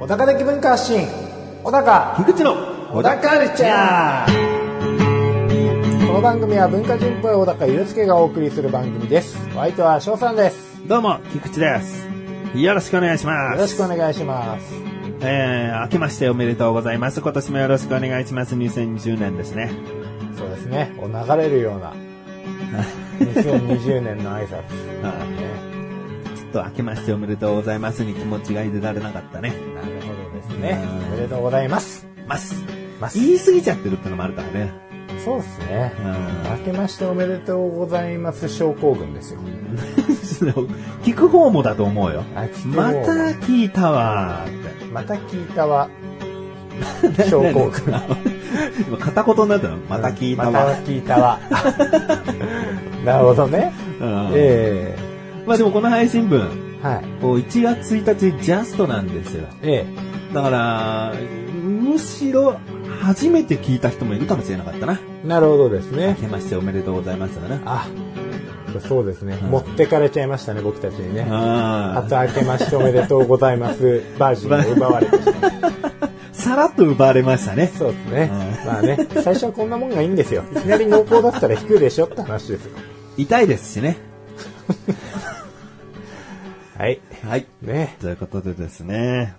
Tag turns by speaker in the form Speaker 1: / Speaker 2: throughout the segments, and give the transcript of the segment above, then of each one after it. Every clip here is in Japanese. Speaker 1: 小高的文化発信小高
Speaker 2: 樋口の
Speaker 1: 小高カルチャーこの番組は文化人っぽい小高ゆるつけがお送りする番組ですお相手は翔さんです
Speaker 2: どうも、菊池です。よろしくお願いします。
Speaker 1: よろしくお願いします
Speaker 2: えー、明けましておめでとうございます。今年もよろしくお願いします。2010年ですね。
Speaker 1: そうですねお流れるような2020年の挨拶
Speaker 2: あ
Speaker 1: ね
Speaker 2: ーちょっと明けましておめでとうございますに気持ちが入れられなかったね。
Speaker 1: なるほどですねおめでとうございます
Speaker 2: ます。
Speaker 1: ます
Speaker 2: 言い過ぎちゃってるってのもあるからね。
Speaker 1: そうですね
Speaker 2: うん
Speaker 1: 明けましておめでとうございます症候群ですよ
Speaker 2: 聞く方もだと思うよ。
Speaker 1: あ聞く方
Speaker 2: ま
Speaker 1: も
Speaker 2: た聞いたわーって。
Speaker 1: また聞いた わ症候群
Speaker 2: 群。 今、片言になったのまた聞いた
Speaker 1: ま
Speaker 2: わ
Speaker 1: た。聞いたわ なるほどね
Speaker 2: うん
Speaker 1: え
Speaker 2: まあでもこの配信分、
Speaker 1: えはい
Speaker 2: こう1月1日ジャストなんですよ。
Speaker 1: え
Speaker 2: だから、むしろ初めて聞いた人もいるかもしれなかったな。
Speaker 1: えなるほどです
Speaker 2: 明
Speaker 1: ね
Speaker 2: けましておめでとうございますだな。
Speaker 1: あそうですね、
Speaker 2: うん
Speaker 1: 持ってかれちゃいましたね僕たちにねあ
Speaker 2: あ
Speaker 1: と明けましておめでとうございますバージンを奪われて しまった
Speaker 2: あ、さらっと奪われましたね。
Speaker 1: そうですね
Speaker 2: う
Speaker 1: まあね最初はこんなもんがいいんですよいきなり濃厚だったら引くでしょって話ですよ
Speaker 2: 痛いですしね。
Speaker 1: はい
Speaker 2: はい。
Speaker 1: ね
Speaker 2: ということでですね。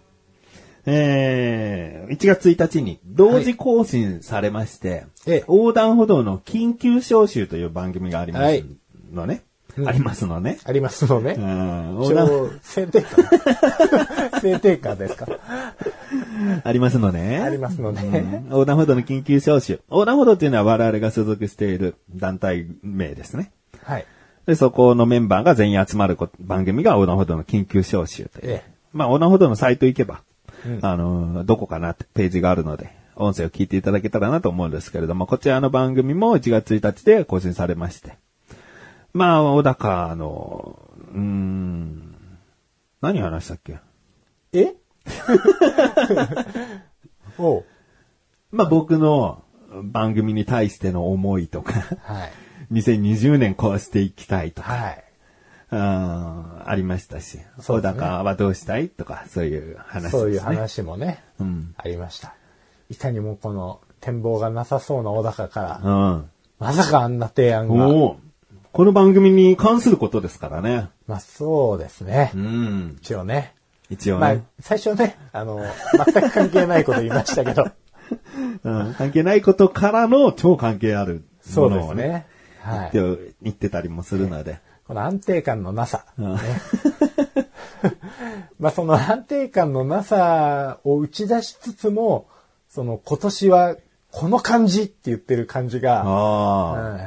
Speaker 2: えー、1月1日に同時更新されまして、
Speaker 1: ええ
Speaker 2: 横断歩道の緊急招集という番組がありますの
Speaker 1: は
Speaker 2: ね。
Speaker 1: い
Speaker 2: ありますのね。
Speaker 1: ありますのね、
Speaker 2: うん横断
Speaker 1: 超制定 化制定化ですか
Speaker 2: ありますのね。
Speaker 1: ありますので、
Speaker 2: うん横断歩道の緊急招集。横断歩道っていうのは我々が所属している団体名ですね。
Speaker 1: はい
Speaker 2: で、そこのメンバーが全員集まるこ番組が横断歩道の緊急招集という。
Speaker 1: ええ
Speaker 2: まあ、横断歩道のサイト行けば、
Speaker 1: うん
Speaker 2: あの、どこかなってページがあるので、音声を聞いていただけたらなと思うんですけれども、こちらの番組も1月1日で更新されまして。まあ、小高の、うーん、何話したっけ
Speaker 1: え おう
Speaker 2: まあ、僕の番組に対しての思いとか、
Speaker 1: はい。
Speaker 2: 2020年こうしていきたいとか、
Speaker 1: はい。
Speaker 2: あーありましたし、
Speaker 1: そ
Speaker 2: そうう
Speaker 1: です
Speaker 2: だ
Speaker 1: ね
Speaker 2: かはどうしたいとか、そういう話ですね。
Speaker 1: そういう話もね、
Speaker 2: うん。
Speaker 1: ありました。いかにもこの展望がなさそうな小高から、
Speaker 2: うん。
Speaker 1: まさかあんな提案が。
Speaker 2: おーこの番組に関することですからね。
Speaker 1: まあそうですね。
Speaker 2: うん。
Speaker 1: 一応ね。
Speaker 2: 一応
Speaker 1: まあ
Speaker 2: ね、
Speaker 1: 最初ね、あの、全く関係ないこと言いましたけ ど、
Speaker 2: うん。関係ないことからの超関係ある
Speaker 1: そ
Speaker 2: も
Speaker 1: うで
Speaker 2: の
Speaker 1: す
Speaker 2: をね、
Speaker 1: ね。はい
Speaker 2: って。言ってたりもするので。
Speaker 1: この安定感のなさ。
Speaker 2: うん
Speaker 1: まあその安定感のなさを打ち出しつつも、その今年はこの感じって言ってる感じが、
Speaker 2: ああ。
Speaker 1: うん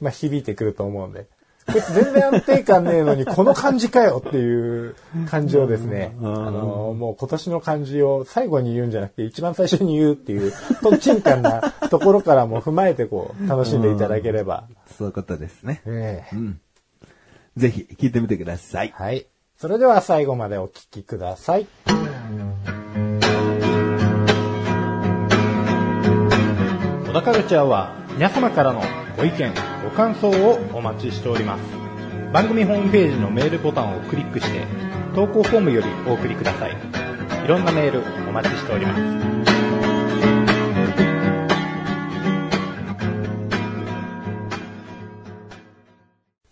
Speaker 1: まあ、響いてくると思うんで。こいつ全然安定感ねえのに、この感じかよっていう感じをですね、あ
Speaker 2: うんうん
Speaker 1: の、もう今年の感じを最後に言うんじゃなくて、一番最初に言うっていう、とんちんかんなところからも踏まえてこう、楽しんでいただければ。
Speaker 2: そういうことですね。
Speaker 1: ええ
Speaker 2: うん。ぜひ聞いてみてください。
Speaker 1: はい。それでは最後までお聞きください。小田カルチャーは皆様からのご意見、ご感想をお待ちしております。番組ホームページのメールボタンをクリックして、投稿フォームよりお送りください。いろんなメールお待ちしております。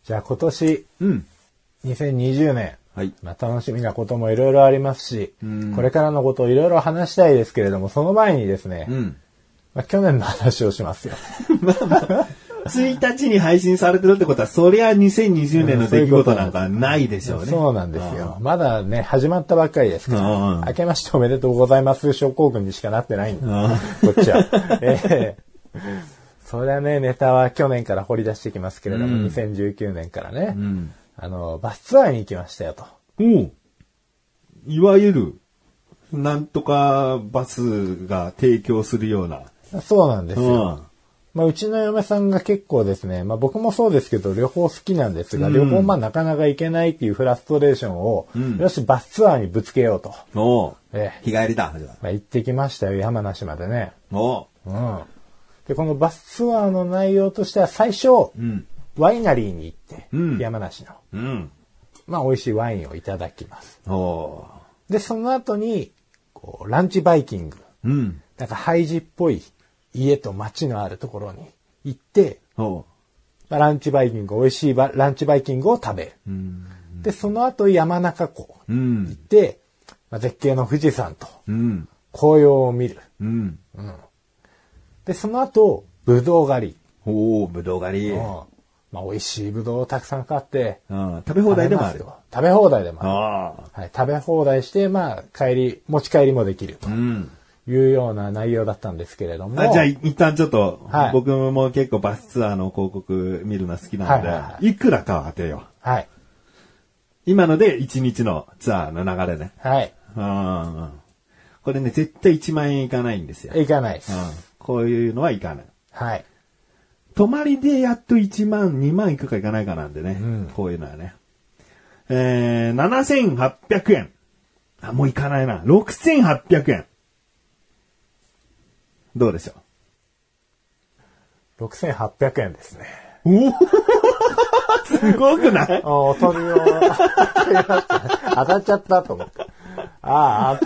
Speaker 1: じゃあ今年
Speaker 2: うん。
Speaker 1: 2020年、
Speaker 2: はい。
Speaker 1: まあ、楽しみなこともいろいろありますし
Speaker 2: うん、
Speaker 1: これからのことをいろいろ話したいですけれども、その前にですね、
Speaker 2: うん。
Speaker 1: まあ、去年の話をしますよ。
Speaker 2: 1日に配信されてるってことは、そりゃ2020年の出来事なんかないでしょうね。
Speaker 1: そうなんですよ。まだね、始まったばっかりですか
Speaker 2: うんうん
Speaker 1: ら、明けましておめでとうございます症候群にしかなってないんで、
Speaker 2: ん
Speaker 1: こっちは。 ええそりゃね、ネタは去年から掘り出してきますけれども、
Speaker 2: うん
Speaker 1: 2019年からね、
Speaker 2: ん
Speaker 1: あの、バスツアーに行きましたよと。
Speaker 2: うん。おういわゆる、なんとかバスが提供するような。
Speaker 1: そうなんです
Speaker 2: う
Speaker 1: よ。
Speaker 2: ん。
Speaker 1: まあ、うちの嫁さんが結構ですね、まあ、僕もそうですけど、旅行好きなんですが、
Speaker 2: うん
Speaker 1: 旅行まあなかなか行けないっていうフラストレーションを、
Speaker 2: うん
Speaker 1: よし、バスツアーにぶつけようと。
Speaker 2: おう
Speaker 1: ええ
Speaker 2: 日帰りだ。じゃあ
Speaker 1: まあ、行ってきましたよ、山梨までね。
Speaker 2: おう
Speaker 1: うん。で、このバスツアーの内容としては最初、
Speaker 2: うん。
Speaker 1: ワイナリーに行って、
Speaker 2: うん
Speaker 1: 山梨の、
Speaker 2: うん。
Speaker 1: まあ美味しいワインをいただきます。
Speaker 2: おー
Speaker 1: で、その後に、こう、ランチバイキング、
Speaker 2: うん。
Speaker 1: なんかハイジっぽい家と街のあるところに行って、
Speaker 2: おー
Speaker 1: まあランチバイキング、美味しいばランチバイキングを食べる。
Speaker 2: うん。
Speaker 1: で、その後山中湖
Speaker 2: う
Speaker 1: 行っ
Speaker 2: ん。
Speaker 1: て、まあ絶景の富士山と
Speaker 2: うん。
Speaker 1: 紅葉を見る。
Speaker 2: うん。
Speaker 1: で、その後、ぶどう狩り。
Speaker 2: おーぶどう狩り。
Speaker 1: うん
Speaker 2: う
Speaker 1: まあ美味しいぶどうをたくさん買って、
Speaker 2: ん。食べ放題でもあ
Speaker 1: 食べ
Speaker 2: る。
Speaker 1: ますよ食べ放題でもある。
Speaker 2: ああ。
Speaker 1: はい、食べ放題して、まあ、帰り、持ち帰りもできると
Speaker 2: うん。
Speaker 1: いうような内容だったんですけれども。
Speaker 2: あじゃあ、一旦ちょっと、
Speaker 1: はい
Speaker 2: 僕も結構バスツアーの広告見るのは好きなので、
Speaker 1: はい
Speaker 2: い
Speaker 1: はいはい
Speaker 2: くらかを当てよう。
Speaker 1: はい。
Speaker 2: 今ので1日のツアーの流れね。
Speaker 1: はい。
Speaker 2: うん。これね、絶対1万円いかないんですよ。うん。
Speaker 1: 行かないです。
Speaker 2: こういうのはいかない。
Speaker 1: はい。
Speaker 2: 泊まりでやっと1万、2万いくかいかないかなんでね。
Speaker 1: うん
Speaker 2: こういうのはね。えー、7800円。あ、もういかないな。6800円。どうでしょ
Speaker 1: 6800円ですね。
Speaker 2: うお すごくない
Speaker 1: あおとりを、当たっちゃったと思って。ああ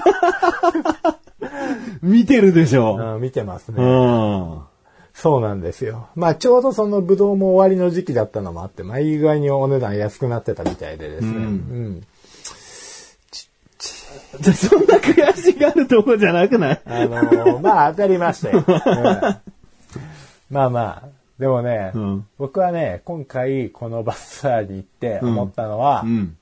Speaker 2: 見てるでしょ。
Speaker 1: あ、うん見てます
Speaker 2: う
Speaker 1: ね。
Speaker 2: ん。
Speaker 1: そうなんですよ。まあ、ちょうどそのブドウも終わりの時期だったのもあって、まあ、意外にお値段安くなってたみたいでですね。
Speaker 2: うん
Speaker 1: うん。
Speaker 2: じゃあ、そんな悔しがるとこじゃなくない
Speaker 1: あのーまあ当たりましたよ。うんまあまあ、でもね、
Speaker 2: うん
Speaker 1: 僕はね、今回このバスツアーに行って思ったのは、
Speaker 2: うん。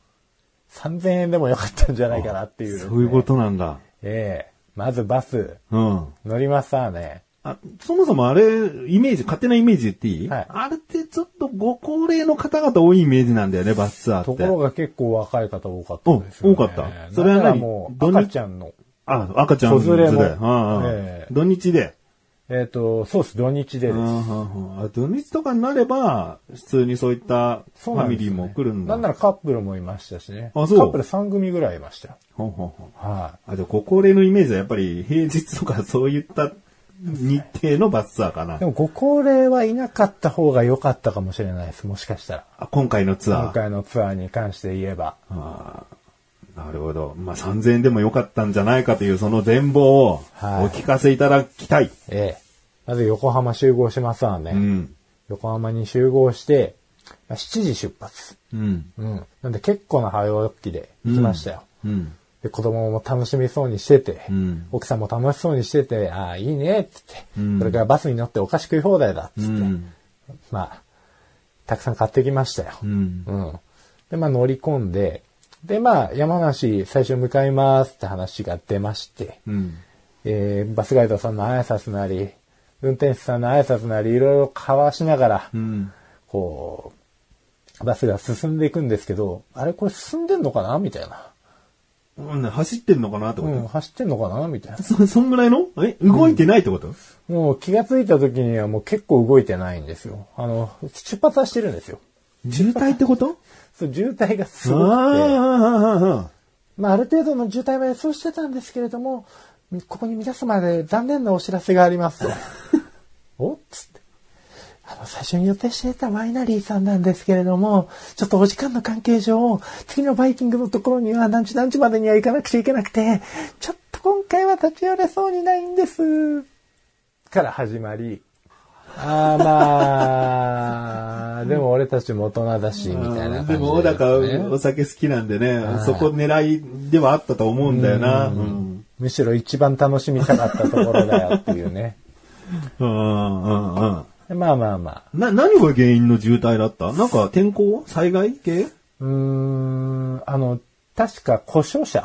Speaker 1: 3000円でもよかったんじゃないかなっていう、
Speaker 2: そういうことなんだ。
Speaker 1: ええまずバス、
Speaker 2: うん。
Speaker 1: 乗りますわね。
Speaker 2: あ、そもそもあれ、イメージ、勝手なイメージ言っていい、
Speaker 1: はい
Speaker 2: あれってちょっとご高齢の方々多いイメージなんだよね、バスツアーって。
Speaker 1: ところが結構若い方多かったですよ、ね。
Speaker 2: お多かったそれ
Speaker 1: だ
Speaker 2: は何
Speaker 1: からもう、
Speaker 2: どんな
Speaker 1: 赤ちゃんの、
Speaker 2: あ、赤ちゃん
Speaker 1: 子連れも
Speaker 2: 連うんうん
Speaker 1: ええ
Speaker 2: 土日で。
Speaker 1: えっ、と、そうです、土日で
Speaker 2: う
Speaker 1: です。
Speaker 2: んうんうんあ土日とかになれば、普通にそういったフ
Speaker 1: そうな
Speaker 2: ァ
Speaker 1: ん
Speaker 2: ミ
Speaker 1: です
Speaker 2: リ
Speaker 1: よ
Speaker 2: ー
Speaker 1: ね
Speaker 2: も来るん
Speaker 1: な
Speaker 2: だ。
Speaker 1: んならカップルもいましたしね。
Speaker 2: あそう
Speaker 1: カップル3組ぐらいいましたよ。
Speaker 2: ほんほんほん
Speaker 1: はい、
Speaker 2: あ、じゃあご高齢のイメージはやっぱり平日とかそういった日程のバスツアーかな
Speaker 1: で。もご高齢はいなかった方が良かったかもしれないです。もしかしたら。
Speaker 2: あ今回のツアー。
Speaker 1: 今回のツアーに関して言えば。
Speaker 2: あーなるほど。まあ、3000円でもよかったんじゃないかというその全貌をお
Speaker 1: はい
Speaker 2: 聞かせいただきたい。
Speaker 1: ええ。まず横浜集合しますわね。
Speaker 2: うん。
Speaker 1: 横浜に集合して、まあ7時出発。
Speaker 2: うん。
Speaker 1: うん。なんで結構な早起きで行きましたよ。
Speaker 2: うん。
Speaker 1: で、子供も楽しみそうにしてて、
Speaker 2: うん
Speaker 1: 奥さんも楽しそうにしてて、ああ、いいね、っつって、
Speaker 2: うん
Speaker 1: それからバスに乗ってお菓子食い放題だ、っ
Speaker 2: う
Speaker 1: つって。
Speaker 2: ん。
Speaker 1: まあ、たくさん買ってきましたよ。
Speaker 2: うん。
Speaker 1: うん。で、まあ乗り込んで、で、まあ山梨最初向かいますって話が出まして、
Speaker 2: うん。
Speaker 1: えー、バスガイドさんの挨拶なり、運転手さんの挨拶なり、いろいろ交わしながら
Speaker 2: う、ん。
Speaker 1: こう、バスが進んでいくんですけど、あれこれ進んでんのかなみたいな。
Speaker 2: うん走ってんのかなってこ
Speaker 1: うん、
Speaker 2: と、
Speaker 1: 走ってんのかなみたいな。
Speaker 2: そ、そんぐらいのえ動いてないってこと、
Speaker 1: もう気がついた時にはもう結構動いてないんですよ。あの、出発はしてるんですよ。
Speaker 2: 渋滞ってこと
Speaker 1: そう、渋滞がす
Speaker 2: あー
Speaker 1: ごくて。
Speaker 2: あー、あーあ
Speaker 1: まあ、ある程度の渋滞は予想してたんですけれども、ここに皆様で残念なお知らせがあり ますと。おっつって。あの、最初に予定していたワイナリーさんなんですけれども、ちょっとお時間の関係上、次のバイキングのところには何時何時までには行かなくちゃいけなくて、ちょっと今回は立ち寄れそうにないんです。から始まり、あーま あ、でも俺たちも大人だし、み
Speaker 2: ー
Speaker 1: たいな感じ
Speaker 2: でも、小
Speaker 1: す
Speaker 2: 高、
Speaker 1: ね
Speaker 2: お酒好きなんでね
Speaker 1: は、い
Speaker 2: そこ狙いではあったと思うんだよな。うん。
Speaker 1: むしろ一番楽しみたかったところだよっていう ね。
Speaker 2: うん、うん、うん。
Speaker 1: まあまあまあ。
Speaker 2: な、何が原因の渋滞だったなんか天候災害系
Speaker 1: うーん、あの、確か故障者。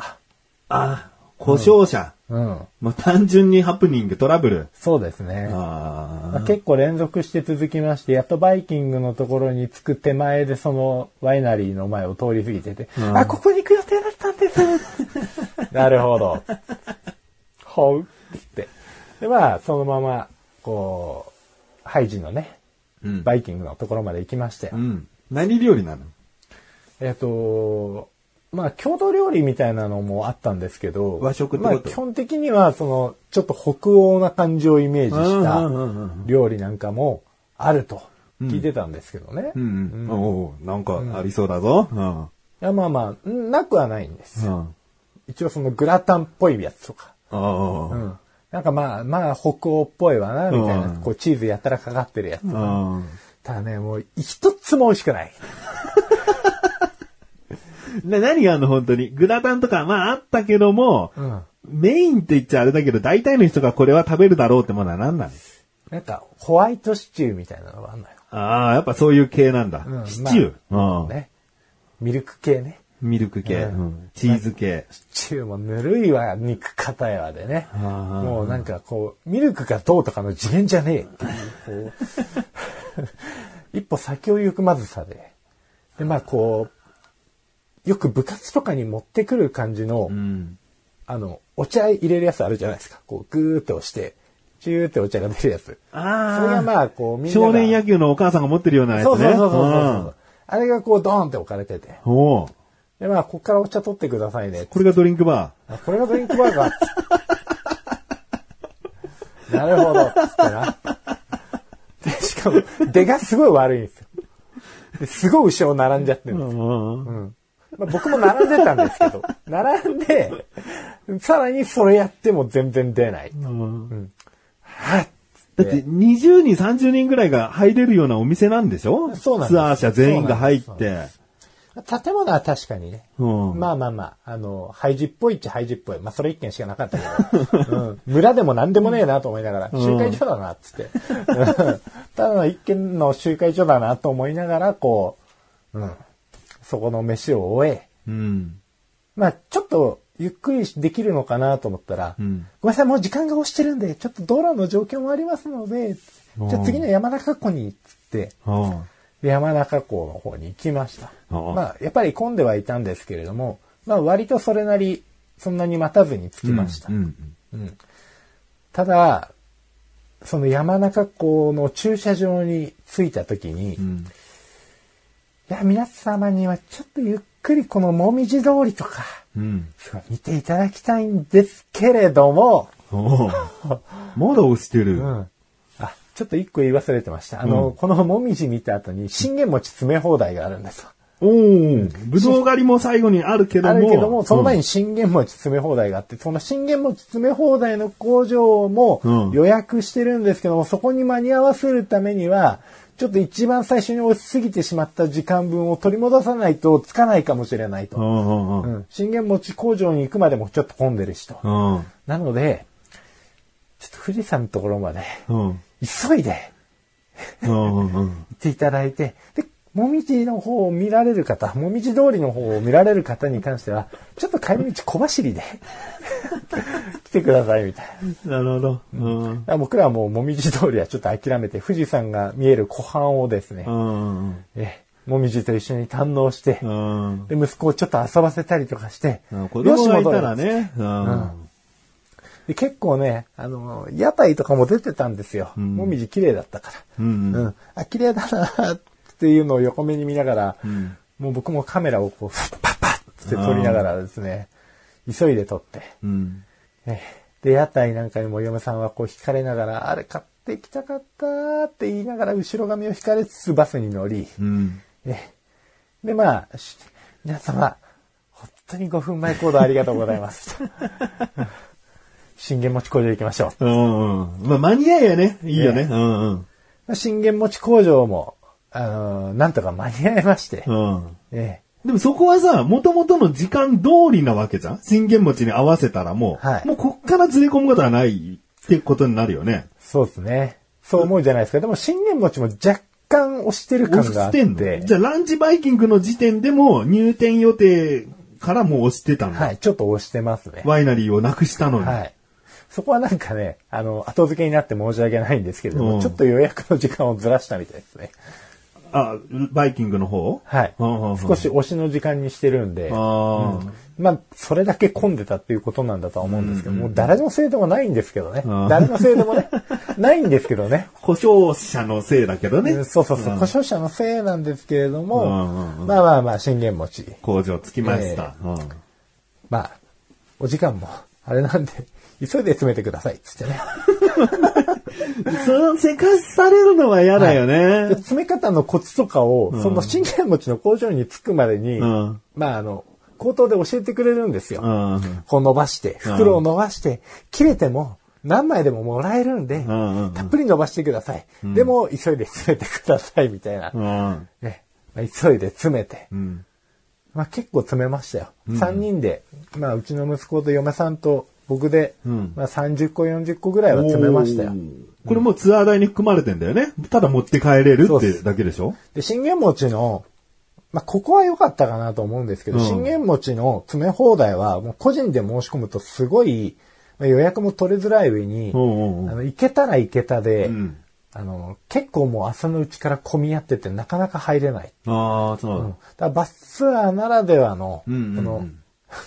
Speaker 2: あ、故障者。
Speaker 1: うん。
Speaker 2: もう単純にハプニング、トラブル。
Speaker 1: そうですね。
Speaker 2: あ
Speaker 1: まあ結構連続して続きまして、やっとバイキングのところに着く手前でそのワイナリーの前を通り過ぎてて、
Speaker 2: うん
Speaker 1: あ、ここに行く予定だったん です。なるほど。ほう。って。で、まあ、そのまま、こう、ハイジのね、
Speaker 2: うん
Speaker 1: バイキングのところまで行きましたよ
Speaker 2: う。ん。何料理なの
Speaker 1: えっ、と、まあ、郷土料理みたいなのもあったんですけど、
Speaker 2: 和食ってこ
Speaker 1: ま
Speaker 2: と
Speaker 1: あ、基本的には、その、ちょっと北欧な感じをイメージし
Speaker 2: うんうんうんう
Speaker 1: た料理なんかもあると聞いてたんですけどね。
Speaker 2: う
Speaker 1: い
Speaker 2: んうん。おうなんかありそうだぞ。うん。
Speaker 1: や、まあまあ、んなくはないんです
Speaker 2: う
Speaker 1: よ。
Speaker 2: ん。
Speaker 1: 一応そのグラタンっぽいやつとか。
Speaker 2: あ
Speaker 1: うん。なんかまあ、まあ、北欧っぽいわな、みたいな。
Speaker 2: うん
Speaker 1: こう、チーズやたらかかってるやつ。
Speaker 2: あ。うん。
Speaker 1: ただね、もう、一つも美味しくない。
Speaker 2: な、何があんの本当に。グラタンとか、まああったけども、
Speaker 1: うん。
Speaker 2: メインって言っちゃあれだけど、大体の人がこれは食べるだろうってものは何なの
Speaker 1: なんか、ホワイトシチューみたいなのがあんのよ。
Speaker 2: ああ、やっぱそういう系なんだ。
Speaker 1: うん
Speaker 2: シチュー、うん
Speaker 1: ね。ミルク系ね。
Speaker 2: ミルク系、
Speaker 1: うん
Speaker 2: うんチーズ系。
Speaker 1: シチューもぬるいわ、肉硬いわでね。
Speaker 2: あー
Speaker 1: もうなんかこう、ミルクがどうとかの次元じゃねえっていう、こ う一歩先を行くまずさで。で、まあこう、よく部活とかに持ってくる感じの、
Speaker 2: うん。
Speaker 1: あの、お茶入れるやつあるじゃないですか。こう、ぐーって押して、チューってお茶が出るやつ。
Speaker 2: ああ。
Speaker 1: それがまあこう、みんなが。
Speaker 2: 少年野球のお母さんが持ってるようなやつね。
Speaker 1: そうそうそうそうそう。あれがこう、ドーンって置かれてて。
Speaker 2: うんおう
Speaker 1: で、まあ、こっからお茶取ってくださいね。
Speaker 2: これがドリンクバ
Speaker 1: あこれがドリンクバーガーっつってなるほど。つってな。で、しかも、出がすごい悪いんですよ。ですごい後ろ並んじゃってるん
Speaker 2: ー。
Speaker 1: です。
Speaker 2: うんうん
Speaker 1: まあ、僕も並んでたんですけど、並んで、さらにそれやっても全然出ない。
Speaker 2: うん
Speaker 1: はっ
Speaker 2: だって20人、30人ぐらいが入れるようなお店なんでしょ
Speaker 1: そうなんです
Speaker 2: ツアー者全員が入っ
Speaker 1: そう
Speaker 2: て。
Speaker 1: 建物は確かにね、
Speaker 2: うん
Speaker 1: まあまあまあ、あの、廃寺っぽいっちゃ廃寺っぽい。まあそれ一軒しかなかったけど、うん、村でも何でもねえなと思いながら、集会所だな、っつって。うんただの一軒の集会所だなと思いながら、こう、うん、そこの飯を終え、
Speaker 2: うん。
Speaker 1: まあちょっとゆっくりできるのかなと思ったら、
Speaker 2: うん
Speaker 1: ごめんなさい、もう時間が押してるんで、ちょっと道路の状況もありますので、じゃあ次の山中湖に、つって、
Speaker 2: うん
Speaker 1: で山中湖の方に行きました。
Speaker 2: ああ
Speaker 1: まあ、やっぱり混んではいたんですけれども、まあ、割とそれなり、そんなに待たずに着きました。
Speaker 2: うん
Speaker 1: ただ、その山中湖の駐車場に着いた時に、
Speaker 2: う
Speaker 1: い
Speaker 2: ん
Speaker 1: や、皆様にはちょっとゆっくりこのもみじ通りとか、
Speaker 2: うん。
Speaker 1: そう見ていただきたいんですけれども、
Speaker 2: おうまだ押してる。
Speaker 1: うん。あ、ちょっと一個言い忘れてました。あの、
Speaker 2: うん
Speaker 1: このもみじ見た後に信玄餅詰め放題があるんですよ。
Speaker 2: おお、ぶどう狩りも最後にあるけど
Speaker 1: あ
Speaker 2: も。
Speaker 1: るけども、その前
Speaker 2: に。
Speaker 1: に信玄餅詰め放題があって、その信玄餅詰め放題の工場も
Speaker 2: うん
Speaker 1: 予約してるんですけども、そこに間に合わせるためには、ちょっと一番最初に落ち過ぎてしまった時間分を取り戻さないとつかないかもしれないと。
Speaker 2: うんう
Speaker 1: う
Speaker 2: んうん
Speaker 1: ん信玄餅工場に行くまでもちょっと混んでるしと。
Speaker 2: うん
Speaker 1: なので、ちょっと富士山のところまで
Speaker 2: うん
Speaker 1: 急いで
Speaker 2: うんうん
Speaker 1: 行っていただいて、で、もみじの方を見られる方、もみじ通りの方を見られる方に関しては、ちょっと帰り道小走りで 来てくださいみたいな。だか
Speaker 2: なるほど。うん
Speaker 1: ら僕らはもうもみじ通りはちょっと諦めて、富士山が見える湖畔をですね
Speaker 2: う、ん
Speaker 1: えもみじと一緒に堪能して
Speaker 2: う、ん
Speaker 1: で、息子をちょっと遊ばせたりとかして、
Speaker 2: うん子供がいたら
Speaker 1: よし戻ろう
Speaker 2: ね。うん
Speaker 1: で結構ね、あの、屋台とかも出てたんですよ。
Speaker 2: ん
Speaker 1: もみじ綺麗だったから。
Speaker 2: うん
Speaker 1: うん、あ、綺麗だなっていうのを横目に見ながら、
Speaker 2: ん
Speaker 1: もう僕もカメラをこう、パッパッって撮りながらですね、急いで撮って、
Speaker 2: うん
Speaker 1: ねで、屋台なんかにも嫁さんはこう惹かれながら、あれ買ってきたかったーって言いながら後ろ髪を引かれつつバスに乗り、
Speaker 2: うん
Speaker 1: ねで、まあ、し皆様、本当に5分前行動ありがとうございます。信玄餅工場行きましょう。
Speaker 2: うんまあ間に合いやね。いいよね。
Speaker 1: ね
Speaker 2: うんうん
Speaker 1: まあ信玄餅工場も、あのーなんとか間に合いまして、
Speaker 2: うん
Speaker 1: ええ
Speaker 2: でもそこはさ、元々の時間通りなわけじゃん信玄餅に合わせたらも、
Speaker 1: はいう
Speaker 2: もうこっからずれ込むことはないってことになるよね。
Speaker 1: そうですね。そう思うじゃないですか。でも、信玄餅も若干押してる感があっ
Speaker 2: 押して
Speaker 1: て。
Speaker 2: んのじゃあランチバイキングの時点でも入店予定からもう押してたんだ。
Speaker 1: はい、ちょっと押してますね。
Speaker 2: ワイナリーをなくしたのに。
Speaker 1: はい。そこはなんかね、あの、後付けになって申し訳ないんですけれど
Speaker 2: う
Speaker 1: も、
Speaker 2: ん
Speaker 1: ちょっと予約の時間をずらしたみたいですね。
Speaker 2: あ、バイキングの方
Speaker 1: はい。
Speaker 2: うんうんうん
Speaker 1: 少し推しの時間にしてるんで、
Speaker 2: あ
Speaker 1: まあ、それだけ混んでたっていうことなんだとは思うんですけど、もう誰のせいでもないんですけどね
Speaker 2: うん。
Speaker 1: 誰のせいでもね、ないんですけどね。
Speaker 2: あ、故障者のせいだけど
Speaker 1: う
Speaker 2: ね
Speaker 1: ん。そうそうそう、故障者のせいなんですけれど
Speaker 2: うんうんう
Speaker 1: も、
Speaker 2: ん
Speaker 1: まあまあまあ、信玄餅。
Speaker 2: 工場つきました。うん
Speaker 1: まあ、お時間も、あれなんで、急いで詰めてください、つってね。
Speaker 2: そのせかしされるのは嫌だよ
Speaker 1: で
Speaker 2: ね。
Speaker 1: 詰め方のコツとかを、その信玄餅の工場に着くまでに、
Speaker 2: うん
Speaker 1: まああの、口頭で教えてくれるんですよ。
Speaker 2: うん。
Speaker 1: こう伸ばして、袋を伸ばして、切れても何枚でももらえるんで、
Speaker 2: んうんうん
Speaker 1: たっぷり伸ばしてください。でも、急いで詰めてください、みたいな。
Speaker 2: うん。
Speaker 1: ねまあ急いで詰めて。
Speaker 2: うん。
Speaker 1: まあ結構詰めましたよ。3人で、まあうちの息子と嫁さんと僕で、
Speaker 2: うん
Speaker 1: まあ30個40個ぐらいは詰めましたよ
Speaker 2: お。ー。これもうツアー代に含まれてんだよね。ただ持って帰れる
Speaker 1: そう
Speaker 2: っ
Speaker 1: で
Speaker 2: て
Speaker 1: す
Speaker 2: だけでしょ
Speaker 1: で、信玄餅の、まあ、ここは良かったかなと思うんですけど、
Speaker 2: うん
Speaker 1: 信玄餅の詰め放題は、もう個人で申し込むとすごい、まあ予約も取りづらい上に、
Speaker 2: うんうんうん
Speaker 1: あの、行けたら行けたで、
Speaker 2: うん
Speaker 1: あの、結構もう朝のうちから混み合っててなかなか入れない。
Speaker 2: ああ、そう
Speaker 1: うんだからバスツアーならではの、
Speaker 2: うんうんうん
Speaker 1: この、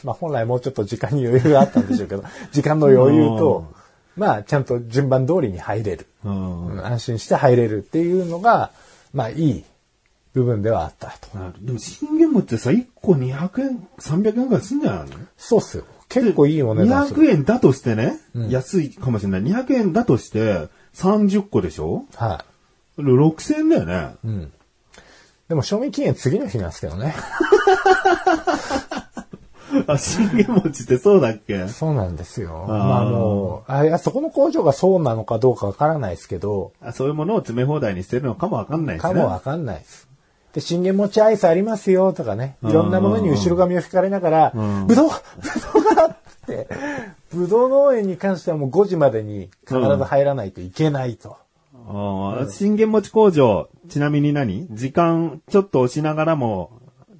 Speaker 1: まあ、本来もうちょっと時間に余裕があったんでしょうけど、時間の余裕と、まあ、ちゃんと順番通りに入れる。
Speaker 2: うん
Speaker 1: うん安心して入れるっていうのが、まあいい部分ではあったと。
Speaker 2: なるでも信玄餅ってさ、1個200円、300円ぐらいすんじゃないの
Speaker 1: そうっすよ。結構いいお値段する。
Speaker 2: 200円だとしてね、安いかもしれない。200円だとして、30個でしょ
Speaker 1: は
Speaker 2: ?6000 円だよね。
Speaker 1: い。うん。でも賞味期限次の日なんですけど ね。
Speaker 2: あ、信玄餅ってそうだっけ
Speaker 1: そうなんですよ。
Speaker 2: あー
Speaker 1: まあもう、あいやそこの工場がそうなのかどうかわからないですけど、
Speaker 2: あそういうものを詰め放題にしてるのかもわかんないですね。
Speaker 1: かもわかんないです。で、信玄餅アイスありますよとかね、いろんなものに後ろ髪を引かれながら、
Speaker 2: ん
Speaker 1: ぶどうぶどうがあって、ぶどう農園に関してはもう5時までに必ず入らないといけないと。
Speaker 2: ああ、信玄餅工場、ちなみに何時間ちょっと押しながらも、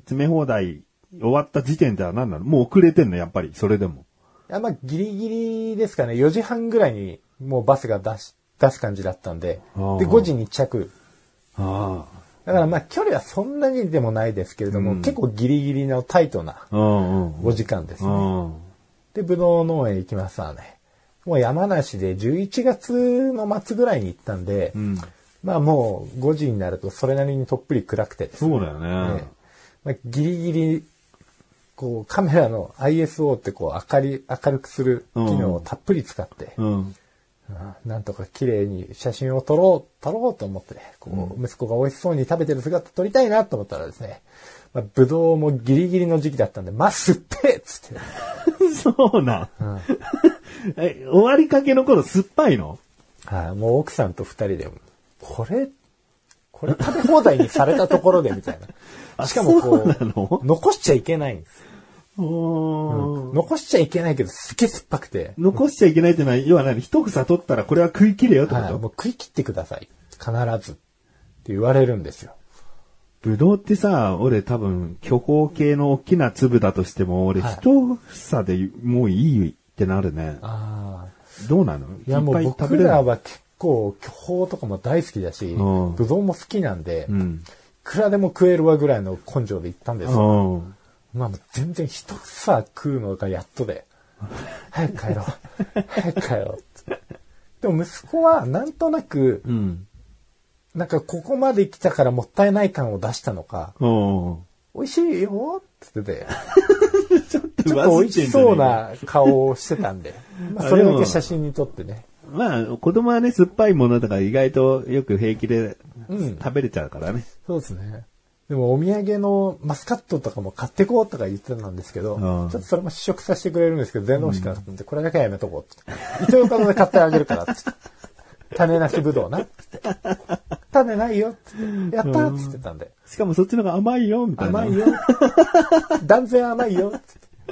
Speaker 2: 詰め放題終わった時点では何なのもう遅れてんの、やっぱり、それでも。
Speaker 1: あまあ、ギリギリですかね。4時半ぐらいにもうバスが出し、出す感じだったんで。で、
Speaker 2: あー
Speaker 1: 5時に着。
Speaker 2: あ
Speaker 1: だからまあ、距離はそんなにでもないですけれども、
Speaker 2: うん
Speaker 1: 結構ギリギリのタイトな
Speaker 2: あ。うんうん。
Speaker 1: 5時間です
Speaker 2: う
Speaker 1: ね。
Speaker 2: ん。
Speaker 1: で、ぶどう農園行きますわね。もう山梨で11月の末ぐらいに行ったんで、
Speaker 2: うん。
Speaker 1: まあもう5時になるとそれなりにとっぷり暗くてですね
Speaker 2: そうだよね。
Speaker 1: まあ、ギリギリ、こうカメラの ISO ってこう明かり、明るくする機能をたっぷり使って、
Speaker 2: うん。
Speaker 1: ああなんとか綺麗に写真を撮ろう、撮ろうと思ってね、こう、息子が美味しそうに食べてる姿撮りたいなと思ったらですね、まあ、ぶどうもギリギリの時期だったんで、まあ、すっぺえっつって、
Speaker 2: そうなん。え、終わりかけの頃酸っぱいの
Speaker 1: はい、もう奥さんと二人で、これ、これ食べ放題にされたところで、みたいな。
Speaker 2: あ
Speaker 1: しかもこ
Speaker 2: そうなの
Speaker 1: う、残しちゃいけないんです。
Speaker 2: うん
Speaker 1: 残しちゃいけないけど、すっげえ酸っぱくて、
Speaker 2: 残しちゃいけないってのは、要は何一房取ったらこれは食い切れよってこ
Speaker 1: はい、もう
Speaker 2: と
Speaker 1: 食い切ってください。必ず。って言われるんですよ。
Speaker 2: ぶどうってさ、俺多分、巨峰系の大きな粒だとしても、俺
Speaker 1: はい
Speaker 2: 一房でもういいってなるね。
Speaker 1: ああ。
Speaker 2: どうなの
Speaker 1: いやもう
Speaker 2: っぱい食
Speaker 1: 僕
Speaker 2: べれる
Speaker 1: らは結構巨峰とかも大好きだし、
Speaker 2: うん
Speaker 1: ぶどうも好きなんで、
Speaker 2: う
Speaker 1: い
Speaker 2: ん。
Speaker 1: くらでも食えるわぐらいの根性で行ったんですよ。
Speaker 2: うん。
Speaker 1: まあもう全然一房食うのがやっとで、早く帰ろう、早く帰ろうって。でも息子はなんとなく、
Speaker 2: うん。
Speaker 1: なんかここまで来たからもったいない感を出したのか、
Speaker 2: うん。
Speaker 1: 美味しいよって言 ってて、
Speaker 2: ち
Speaker 1: ちょっと美味しそう。な顔をしてたん で、まあそれだけ写真に撮ってね。
Speaker 2: まあ、子供はね、酸っぱいものとか意外とよく平気で
Speaker 1: うん
Speaker 2: 食べれちゃうからね。
Speaker 1: そうですね。でもお土産のマスカットとかも買ってこうとか言ってたんですけど、
Speaker 2: ん
Speaker 1: ちょっとそれも試食させてくれるんですけど、全然美味しくなかったんで、これだけはやめとこうって。一応カドで買ってあげるからって。種なしぶどうな。って種ないよって。やったーって言ってたんで。
Speaker 2: しかもそっちの方が甘いよ、みたいな。
Speaker 1: 甘いよ。断然甘いよ。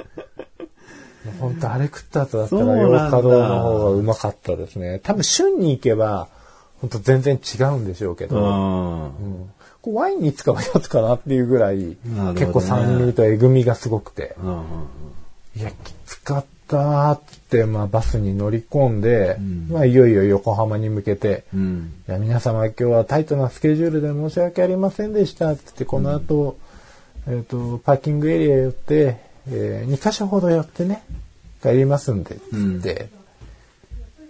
Speaker 1: って本当あれ食った後だったら、
Speaker 2: そうなん
Speaker 1: ヨ
Speaker 2: だ
Speaker 1: ーカドーの方がうまかったですね。多分旬に行けば、本当全然違うんでしょうけ
Speaker 2: う
Speaker 1: ど。
Speaker 2: ん。
Speaker 1: こうワインに使うやつかなっていうぐらい、
Speaker 2: ほどね
Speaker 1: 結構酸味とえぐみがすごくて、
Speaker 2: うん。
Speaker 1: いや、きつかったーってって、まあ、バスに乗り込んで、
Speaker 2: ん
Speaker 1: まあ、いよいよ横浜に向けて、
Speaker 2: うん。
Speaker 1: いや皆様今日はタイトなスケジュールで申し訳ありませんでしたってってこの後、えっ、とパーキングエリア寄って、え2カ所ほど寄ってね帰りますんでっつって、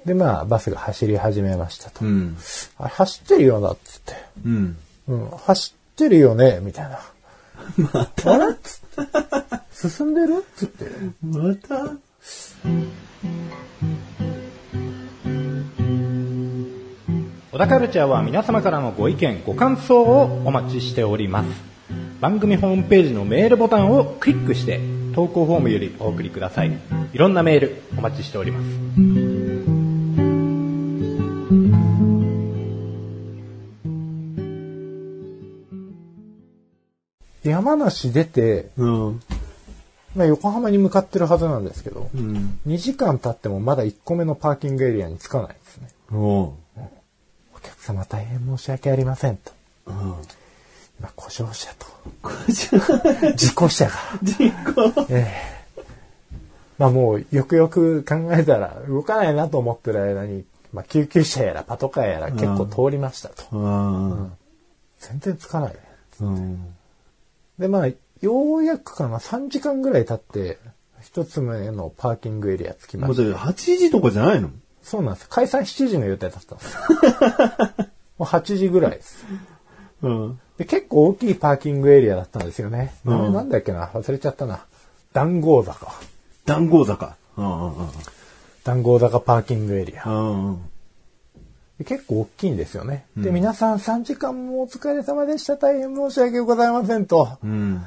Speaker 1: でまあバスが走り始めましたと、
Speaker 2: うん。
Speaker 1: あれ走ってるよなっつって、
Speaker 2: うん。
Speaker 1: うん、走ってるよねみたい なあれっつって進んでるっつって
Speaker 2: また
Speaker 3: 小田カルチャーは皆様からのご意見、ご感想をお待ちしております。番組ホームページのメールボタンをクリックして、投稿フォームよりお送りください。いろんなメールお待ちしております。
Speaker 1: 山梨出て、
Speaker 2: うん。
Speaker 1: まあ、横浜に向かってるはずなんですけど、
Speaker 2: うん。
Speaker 1: 2時間経ってもまだ1個目のパーキングエリアに着かないですね。
Speaker 2: お
Speaker 1: お客様大変申し訳ありませんと。
Speaker 2: う。うん。
Speaker 1: 今、故障者と。
Speaker 2: こちら、
Speaker 1: 事故者が。
Speaker 2: 人口。
Speaker 1: ええまあもう、よくよく考えたら、動かないなと思ってる間に、まあ救急車やらパトカーやら結構通りましたと。
Speaker 2: うん。
Speaker 1: 全然つかないね。
Speaker 2: うん。
Speaker 1: で、まあ、ようやくかな、3時間ぐらい経って、一つ目のパーキングエリア着きま
Speaker 2: もう
Speaker 1: した。
Speaker 2: だ8時とかじゃないの
Speaker 1: そうなんです。解散7時の予定だったん です。もう8時ぐらいです。
Speaker 2: うん。
Speaker 1: で、結構大きいパーキングエリアだったんですよね。
Speaker 2: うん
Speaker 1: あれなんだっけな忘れちゃったな。談合坂。
Speaker 2: 談合坂。うんうんうん。
Speaker 1: 談合坂パーキングエリア。
Speaker 2: うんうん。
Speaker 1: で結構大きいんですよね。で、皆さん3時間もお疲れ様でした。大変申し訳ございませんと。
Speaker 2: うん。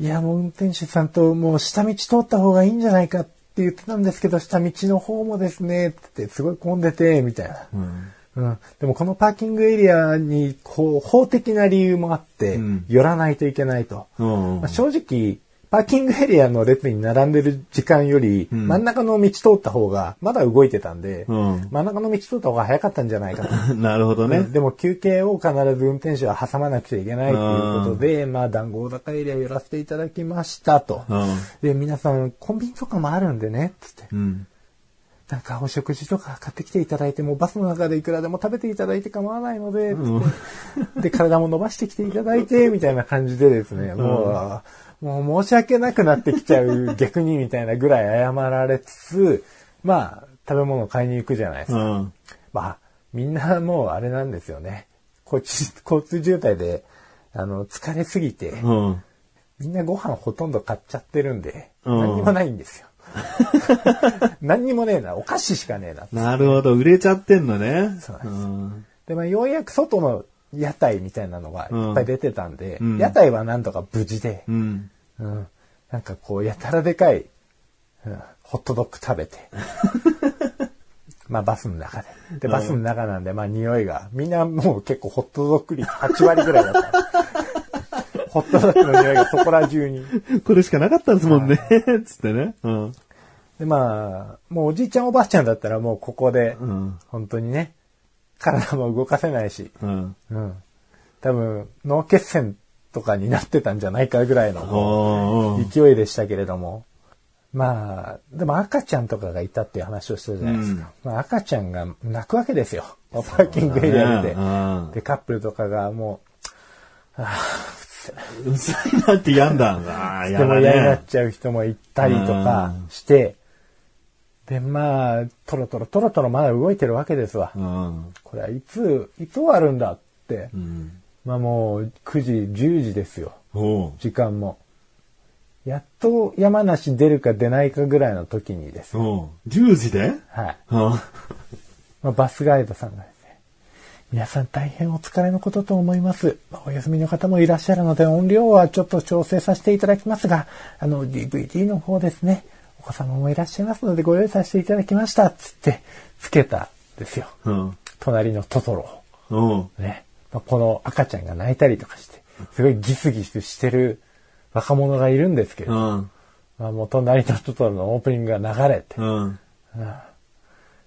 Speaker 1: いや、もう運転手さんともう下道通った方がいいんじゃないかって言ってたんですけど、下道の方もですね、ってすごい混んでて、みたいな。
Speaker 2: うん。
Speaker 1: うん、でもこのパーキングエリアにこう法的な理由もあって、
Speaker 2: うん
Speaker 1: 寄らないといけないと、
Speaker 2: うん
Speaker 1: まあ、正直パーキングエリアの列に並んでる時間より、
Speaker 2: ん
Speaker 1: 真ん中の道通った方がまだ動いてたんで、
Speaker 2: うん
Speaker 1: 真ん中の道通った方が早かったんじゃないかと。
Speaker 2: なるほどね。
Speaker 1: でも休憩を必ず運転手は挟まなくちゃいけないということで、まあ、談合高エリア寄らせていただきましたと。
Speaker 2: うん
Speaker 1: で、皆さん、コンビニとかもあるんでね、つって。
Speaker 2: うん。
Speaker 1: なんかお食事とか買ってきていただいても、バスの中でいくらでも食べていただいて構わないので、で、体も伸ばしてきていただいて、みたいな感じでですね、もう、もう申し訳なくなってきちゃう、逆にみたいなぐらい謝られつつ、まあ、食べ物を買いに行くじゃないです
Speaker 2: う
Speaker 1: か。
Speaker 2: ん。
Speaker 1: まあ、みんなもうあれなんですよね。交通 交通渋滞で、あの、疲れすぎて、
Speaker 2: うん。
Speaker 1: みんなご飯ほとんど買っちゃってるんで、
Speaker 2: うん
Speaker 1: 何にもないんですよ。 何にもねえな、お菓子しかねえな。
Speaker 2: なるほど。売れちゃってんのね。
Speaker 1: そうです
Speaker 2: ん。
Speaker 1: で、まあ、ようやく外の屋台みたいなのがいっぱい出てたんで、
Speaker 2: うん
Speaker 1: 屋台はなんとか無事で
Speaker 2: う、ん。
Speaker 1: うんなんかこう、やたらでかい、うんホットドッグ食べ て、まあバスの中で。で、バスの中なんで、まあ匂いが、みんなもう結構ホットドッグ率8割ぐらいだった。 ホットドッグの匂いがそこら中に。
Speaker 2: これしかなかったんですもんね。つってね。うん。
Speaker 1: で、まあ、もうおじいちゃんおばあちゃんだったらもうここで、
Speaker 2: うん。
Speaker 1: 本当にね、体も動かせないし、
Speaker 2: うん。
Speaker 1: うん。多分、脳血栓とかになってたんじゃないかぐらいの
Speaker 2: おー
Speaker 1: 勢いでしたけれども。まあ、でも赤ちゃんとかがいたっていう話をしたじゃないですか。まあ、赤ちゃんが泣くわけですよ。パーキングエリアで。
Speaker 2: うん
Speaker 1: で、カップルとかがも
Speaker 2: うざいなって病んだんだ。あー
Speaker 1: う、
Speaker 2: や
Speaker 1: でも
Speaker 2: だ
Speaker 1: 嫌にな
Speaker 2: ね
Speaker 1: っ。ちゃう人もいたりとかして、で、まあ、トロトロトロトロまだ動いてるわけですわ
Speaker 2: う。ん。
Speaker 1: これはいつ、いつ終わるんだって
Speaker 2: う。ん。
Speaker 1: まあもう、9時、10時ですよ。
Speaker 2: おう。
Speaker 1: 時間も。やっと山梨出るか出ないかぐらいの時にですね。
Speaker 2: おう。10時で
Speaker 1: はい。
Speaker 2: うん。
Speaker 1: まあ、バスガイドさんがですね。皆さん大変お疲れのことと思います。まあお休みの方もいらっしゃるので音量はちょっと調整させていただきますが、あの DVD の方ですね。お子様もいらっしゃいますのでご用意させていただきました。つって、つけたんですよ。
Speaker 2: うん。
Speaker 1: 隣のトトロを。
Speaker 2: おう。
Speaker 1: ね、まあこの赤ちゃんが泣いたりとかして、すごいギスギスしてる若者がいるんですけれ
Speaker 2: う
Speaker 1: ど、
Speaker 2: ん。
Speaker 1: まあ、もう隣のトトロのオープニングが流れて、
Speaker 2: うん。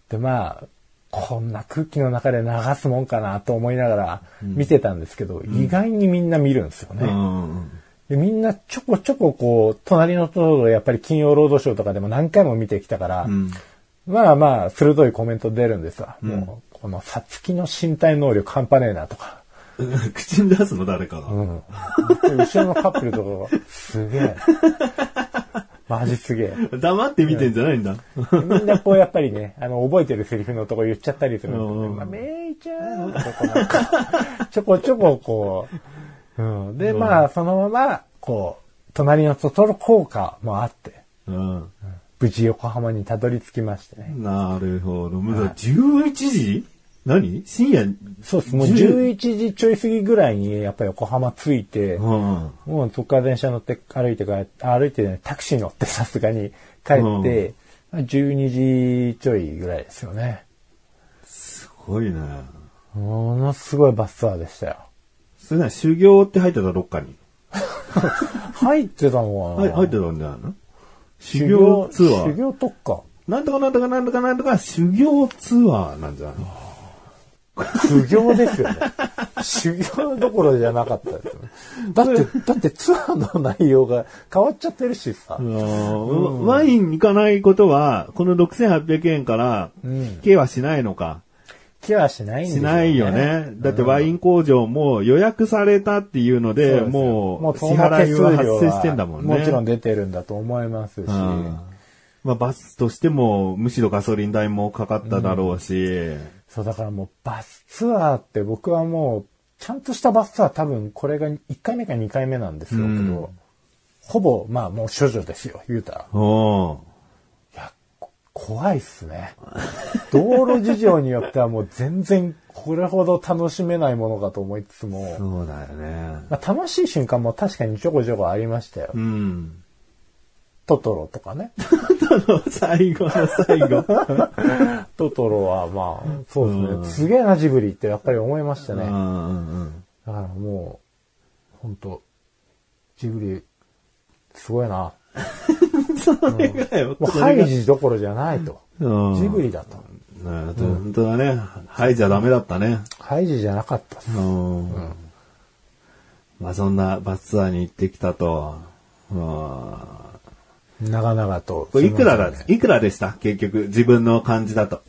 Speaker 1: で、まあ、こんな空気の中で流すもんかなと思いながら見てたんですけど、意外にみんな見るんですよ
Speaker 2: う
Speaker 1: ね。
Speaker 2: ん。
Speaker 1: でみんなちょこちょここう、隣のトトロやっぱり金曜ロードショーとかでも何回も見てきたから、まあまあ、鋭いコメント出るんですわ。もう、このさつきの身体能力半端ねえなと か。
Speaker 2: 口に出すの誰か
Speaker 1: う
Speaker 2: が。
Speaker 1: ん。後ろのカップルとかが、すげえ。マジすげえ。
Speaker 2: 黙って見てんじゃないんだ。
Speaker 1: みんなこうやっぱりね、あの、覚えてるセリフのとこ言っちゃったりするんですよ
Speaker 2: う
Speaker 1: ね。
Speaker 2: ん
Speaker 1: まあ、めいちゃんとかなんか、ちょこちょここう、うん。で、まあ、そのまま、こう、隣のトトロ効果もあって、
Speaker 2: うん。
Speaker 1: 無事横浜にたどり着きましてね。
Speaker 2: なるほど。むだ、11時何深夜。
Speaker 1: そうです。もう11時ちょい過ぎぐらいに、やっぱ横浜着いて、
Speaker 2: うん。
Speaker 1: もうそこから電車乗って歩いて帰って、歩いてね、タクシー乗ってさすがに帰って、まあ12時ちょいぐらいですよね。
Speaker 2: すごいね。
Speaker 1: ものすごいバスツアーでしたよ。
Speaker 2: それなら修行って入ってた、どっかに。
Speaker 1: 入ってたのか
Speaker 2: はい
Speaker 1: な
Speaker 2: 入ってたんじゃないの修行ツア
Speaker 1: 修
Speaker 2: ー。
Speaker 1: 行特化。
Speaker 2: なんとかなんとかなんとかなんとか修行ツアーなんじゃないの
Speaker 1: 修行ですよね。修行どころじゃなかったですね。だ って、だってツアーの内容が 変わっちゃってるしさ。
Speaker 2: うんワイン行かないことは、この6800円から、計はしないのか。
Speaker 1: ケアしないんです
Speaker 2: しないよ。ね。だってワイン工場も予約されたっていうので、もう支
Speaker 1: そんな
Speaker 2: 払
Speaker 1: 手
Speaker 2: い
Speaker 1: 数料
Speaker 2: は
Speaker 1: は
Speaker 2: 発生してんだもんね。
Speaker 1: もちろん出てるんだと思いますし。
Speaker 2: うんまあバスとしても、むしろガソリン代もかかっただろうし。
Speaker 1: そう、だからもうバスツアーって僕はもう、ちゃんとしたバスツアー多分これが1回目か2回目なんですよけど、
Speaker 2: うん
Speaker 1: ほぼ、まあもう処女ですよ、言うたら。
Speaker 2: お
Speaker 1: いや、こ怖いっすね。道路事情によってはもう全然これほど楽しめないものかと思いつつ
Speaker 2: う
Speaker 1: も、
Speaker 2: そうだよね。
Speaker 1: まあ、楽しい瞬間も確かにちょこちょこありましたよ
Speaker 2: う。ん。
Speaker 1: トトロとかね。
Speaker 2: 最後の最後。
Speaker 1: トトロはまあ、そうです
Speaker 2: うん
Speaker 1: ね。すげえなジブリってやっぱり思いましたね。
Speaker 2: うんうんうん
Speaker 1: だからもう、ほんと、ジブリ、すごいな。
Speaker 2: それがよ。
Speaker 1: もうハイジどころじゃないと。
Speaker 2: うん
Speaker 1: ジブリだと。
Speaker 2: なるほど本当だね。はいじゃダメだったね。
Speaker 1: ハイジじゃなかったっす
Speaker 2: うん。まあそんなバスツアーに行ってきたと。うん
Speaker 1: 長々と。
Speaker 2: これいくらだ
Speaker 1: すませんね、
Speaker 2: いくらでした結局、自分の感じだと。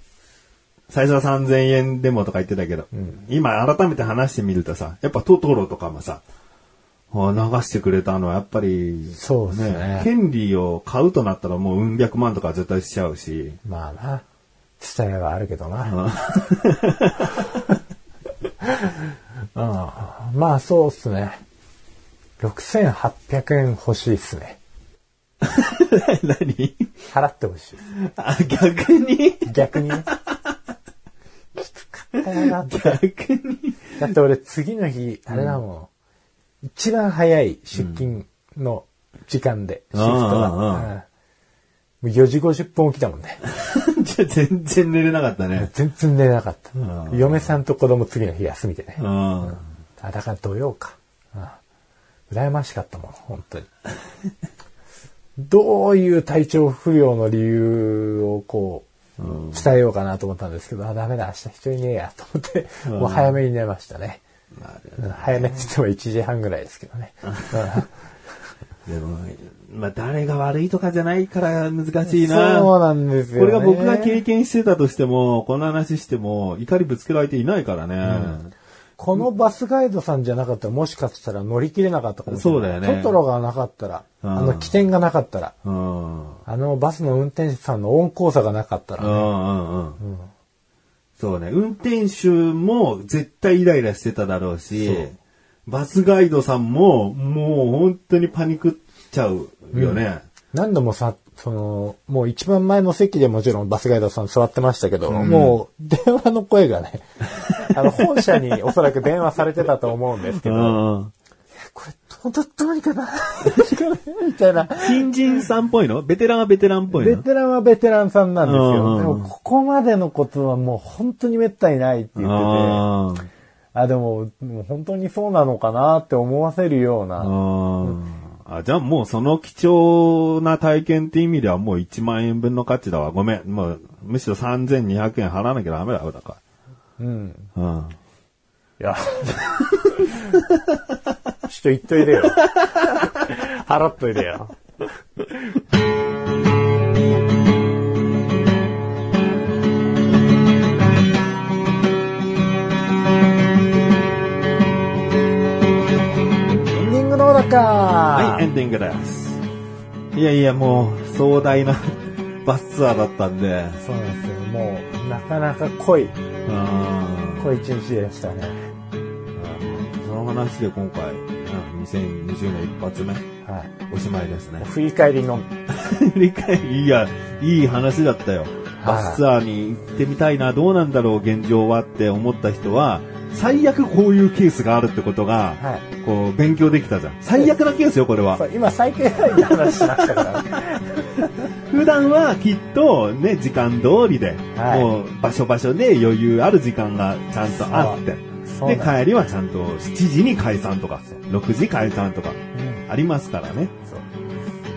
Speaker 2: 最初は3000円でもとか言ってたけど、今改めて話してみるとさ、やっぱトトロとかもさ、あー流してくれたのはやっぱり、
Speaker 1: そうですね
Speaker 2: 権利を買うとなったらもううん百万とか絶対しちゃ うし、
Speaker 1: まあな。ツタヤがあるけどな。 うんまあそうっすね。6800円欲しいっすね。
Speaker 2: 何
Speaker 1: 払ってほしいっす。
Speaker 2: あ、逆に
Speaker 1: 逆に ね。きつかったなって。
Speaker 2: 逆に
Speaker 1: だって俺次の日、あれだもん。一番早い出勤の時間で、シフトが。
Speaker 2: う
Speaker 1: う
Speaker 2: んうんうん
Speaker 1: んもう4時50分起きたもんね。
Speaker 2: じゃあ全然寝れなかっ たね。
Speaker 1: 全然寝れなかった
Speaker 2: ん。
Speaker 1: 嫁さんと子供次の日休みでね
Speaker 2: う。ん。
Speaker 1: あ、だから土曜か。うん羨ましかったもん、本当に。 どういう体調不良の理由をこう、伝えようかなと思ったんですけど、あ、ダメだ、明日人いねえや、と思って、もう早めに寝ましたね。うん早めって言っても1時半ぐらいですけどね。
Speaker 2: でも、まあ誰が悪いとかじゃないから難 しいな。
Speaker 1: そうなんですよ、ね。
Speaker 2: これが僕が経験してたとしても、この話しても、怒りぶつけられていないからね。
Speaker 1: このバスガイドさんじゃなかったら、もしかしたら乗り切れなかったかもしれない。
Speaker 2: そうだよね
Speaker 1: トトロがなかったら、
Speaker 2: うん
Speaker 1: あの起点がなかったら、
Speaker 2: うん。うん
Speaker 1: あのバスの運転手さんの温厚さがなかったら、
Speaker 2: うんうん。そうね。運転手も絶対イライラしてただろうし、バスガイドさんも、もう本当にパニクっちゃうよね。
Speaker 1: 何度もさ、その、もう一番前の席でもちろんバスガイドさん座ってましたけど、もう電話の声が ね、あの、本社におそらく電話されてたと思うんですけ
Speaker 2: う
Speaker 1: ど、
Speaker 2: んうん。
Speaker 1: これ、本当どうにかな、どうにかなみたいな。
Speaker 2: 新人さんっぽいのベテランはベテランっぽい
Speaker 1: ベ
Speaker 2: の
Speaker 1: テランはベテランさんなんです
Speaker 2: うんうんう
Speaker 1: よ。
Speaker 2: ん
Speaker 1: でも、ここまでのことはもう本当に滅多にないって言ってて、
Speaker 2: あー
Speaker 1: あ、でも、もう本当にそうなのかなって思わせるよう
Speaker 2: あ
Speaker 1: な、
Speaker 2: ー。あ、じゃあもうその貴重な体験って意味ではもう1万円分の価値だわ。ごめん。もう、むしろ3200円払わなきゃダメだよ、だか
Speaker 1: うん、
Speaker 2: ら。うん。
Speaker 1: いや。ちょっと言っといでよ。払っといてよ。エンディングのおだか
Speaker 2: はい、エンディングです。いやいや、もう、壮大な バスツアーだったんで、
Speaker 1: そうなんですよ。もう、なかなか濃い、
Speaker 2: うん
Speaker 1: 濃い一日でしたね。
Speaker 2: その話で今回、うん2020年一発目、
Speaker 1: はい。
Speaker 2: おしまいですね。
Speaker 1: 振り返りのみ。
Speaker 2: 理解、いや、いい話だったよ。バスツアーに行ってみたいな、どうなんだろう、現状はって思った人は、最悪こういうケースがあるってことが、
Speaker 1: はい。
Speaker 2: こう、勉強できたじゃん。最悪なケースよ、これは
Speaker 1: そ。う今、最低ラインの話しましたからね。
Speaker 2: 普段はきっと、ね、時間通りで、
Speaker 1: はい
Speaker 2: もう、場所場所で余裕ある時間がちゃんとあって、
Speaker 1: そう
Speaker 2: で、
Speaker 1: なん
Speaker 2: 帰りはちゃんと7時に解散とか、6時解散とか、ありますからね。
Speaker 1: そう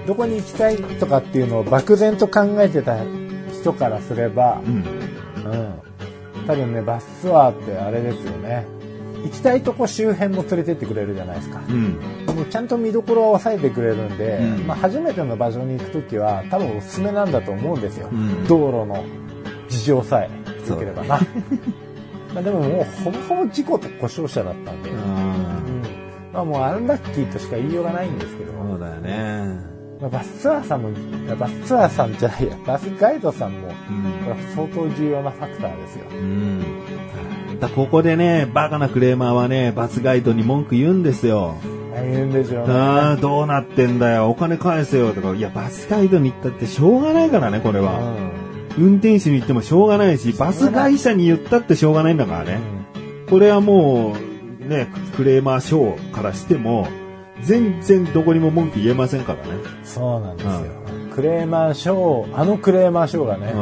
Speaker 1: どこに行きたいとかっていうのを漠然と考えてた人からすれば
Speaker 2: う、ん。
Speaker 1: うん。多分ね、バスツアーってあれですよね。行きたいとこ周辺も連れてってくれるじゃないですか。
Speaker 2: うん。
Speaker 1: もうちゃんと見どころを押さえてくれるんで、
Speaker 2: うん
Speaker 1: まあ、初めての場所に行くときは多分おすすめなんだと思うんですよ、
Speaker 2: うん
Speaker 1: 道路の事情さえ良ければな まあでももうほぼほぼ事故と故障者だったんで、うん
Speaker 2: あ
Speaker 1: まあ、もうアンラッキーとしか言いようがないんですけど、
Speaker 2: ーそうだよね。
Speaker 1: まあ、バスツアーさんもいやバスツアーさんじゃないやバスガイドさんもこ
Speaker 2: うん
Speaker 1: れは相当重要なファクターですよ
Speaker 2: うん。だここでね、バカなクレーマーはね、バスガイドに文句言うんですよ。
Speaker 1: 大変でしょうね
Speaker 2: あーどうなってんだよ、お金返せよとか、いや、バスガイドに行ったってしょうがないからね、これ
Speaker 1: う
Speaker 2: は。
Speaker 1: ん
Speaker 2: 運転手に言ってもしょうがないし、バス会社に言ったってしょうがないんだから
Speaker 1: う
Speaker 2: ね。
Speaker 1: ん
Speaker 2: これはもう、ね、クレーマーショーからしても、全然どこにも文句言えませんからね。
Speaker 1: そうなんですよ、クレーマーショーあのクレーマーショーがね、
Speaker 2: う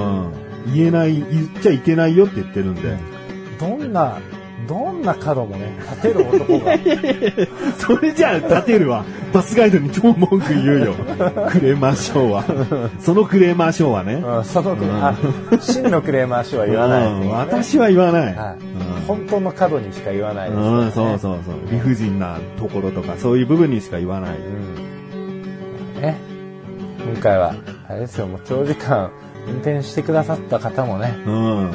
Speaker 2: ん。言えない、言っちゃいけないよって言ってるんで。
Speaker 1: どんな、どんな角もね、立てる男 が。
Speaker 2: それじゃあ、立てるわ。バスガイドに超文句言うよ。クレーマーショーは。そのクレーマーショーはね。
Speaker 1: うん、そのクレあ、真のクレーマー氏は言わないっていう
Speaker 2: うん
Speaker 1: ね、
Speaker 2: 私は言わない。
Speaker 1: はい、
Speaker 2: うん
Speaker 1: 本当の角にしか言わないですからね、
Speaker 2: うん、そうそうそう。理不尽なところとか、そういう部分にしか言わない。
Speaker 1: うん。ね。今回は、あれですよ、もう長時間運転してくださった方もね、
Speaker 2: うん。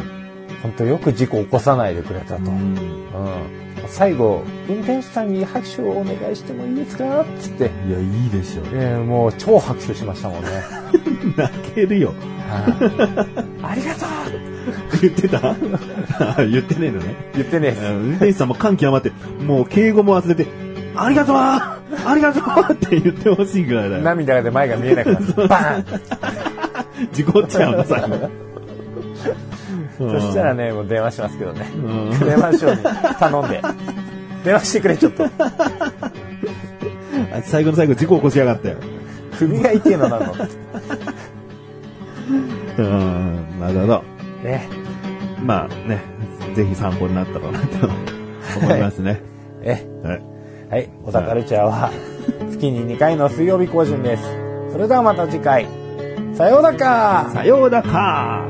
Speaker 1: 本当よく事故起こさないでくれたと。うん。最後、運転手さんに拍手をお願いしてもいいですかっつって、
Speaker 2: いや、いいでしょ。
Speaker 1: えーもう超拍手しましたもんね。
Speaker 2: 泣けるよ。
Speaker 1: はい ありがとう
Speaker 2: 言ってた 言ってねえのね。
Speaker 1: 言ってねえです
Speaker 2: うん運転手さんも感極まって、もう敬語も忘れて、ありがとうありがとうって言ってほしいぐらいだよ。
Speaker 1: 涙で前が見えなくな って、バーン
Speaker 2: 事故っちゃうの、最後。
Speaker 1: そしたらね、もう電話しますけどね。クレーマーショーに頼んで。電話してくれ、ちょっと。
Speaker 2: あいつ最後の最後、事故起こしやがったよ。
Speaker 1: 首が痛いのなの。
Speaker 2: うん、なるほど。
Speaker 1: ね。
Speaker 2: まあね、ぜひ参考になったかなと思いますね。
Speaker 1: え。
Speaker 2: はい。
Speaker 1: はい。小田カルチャーは、月に2回の水曜日更新です。それではまた次回。さようなら
Speaker 2: さようだか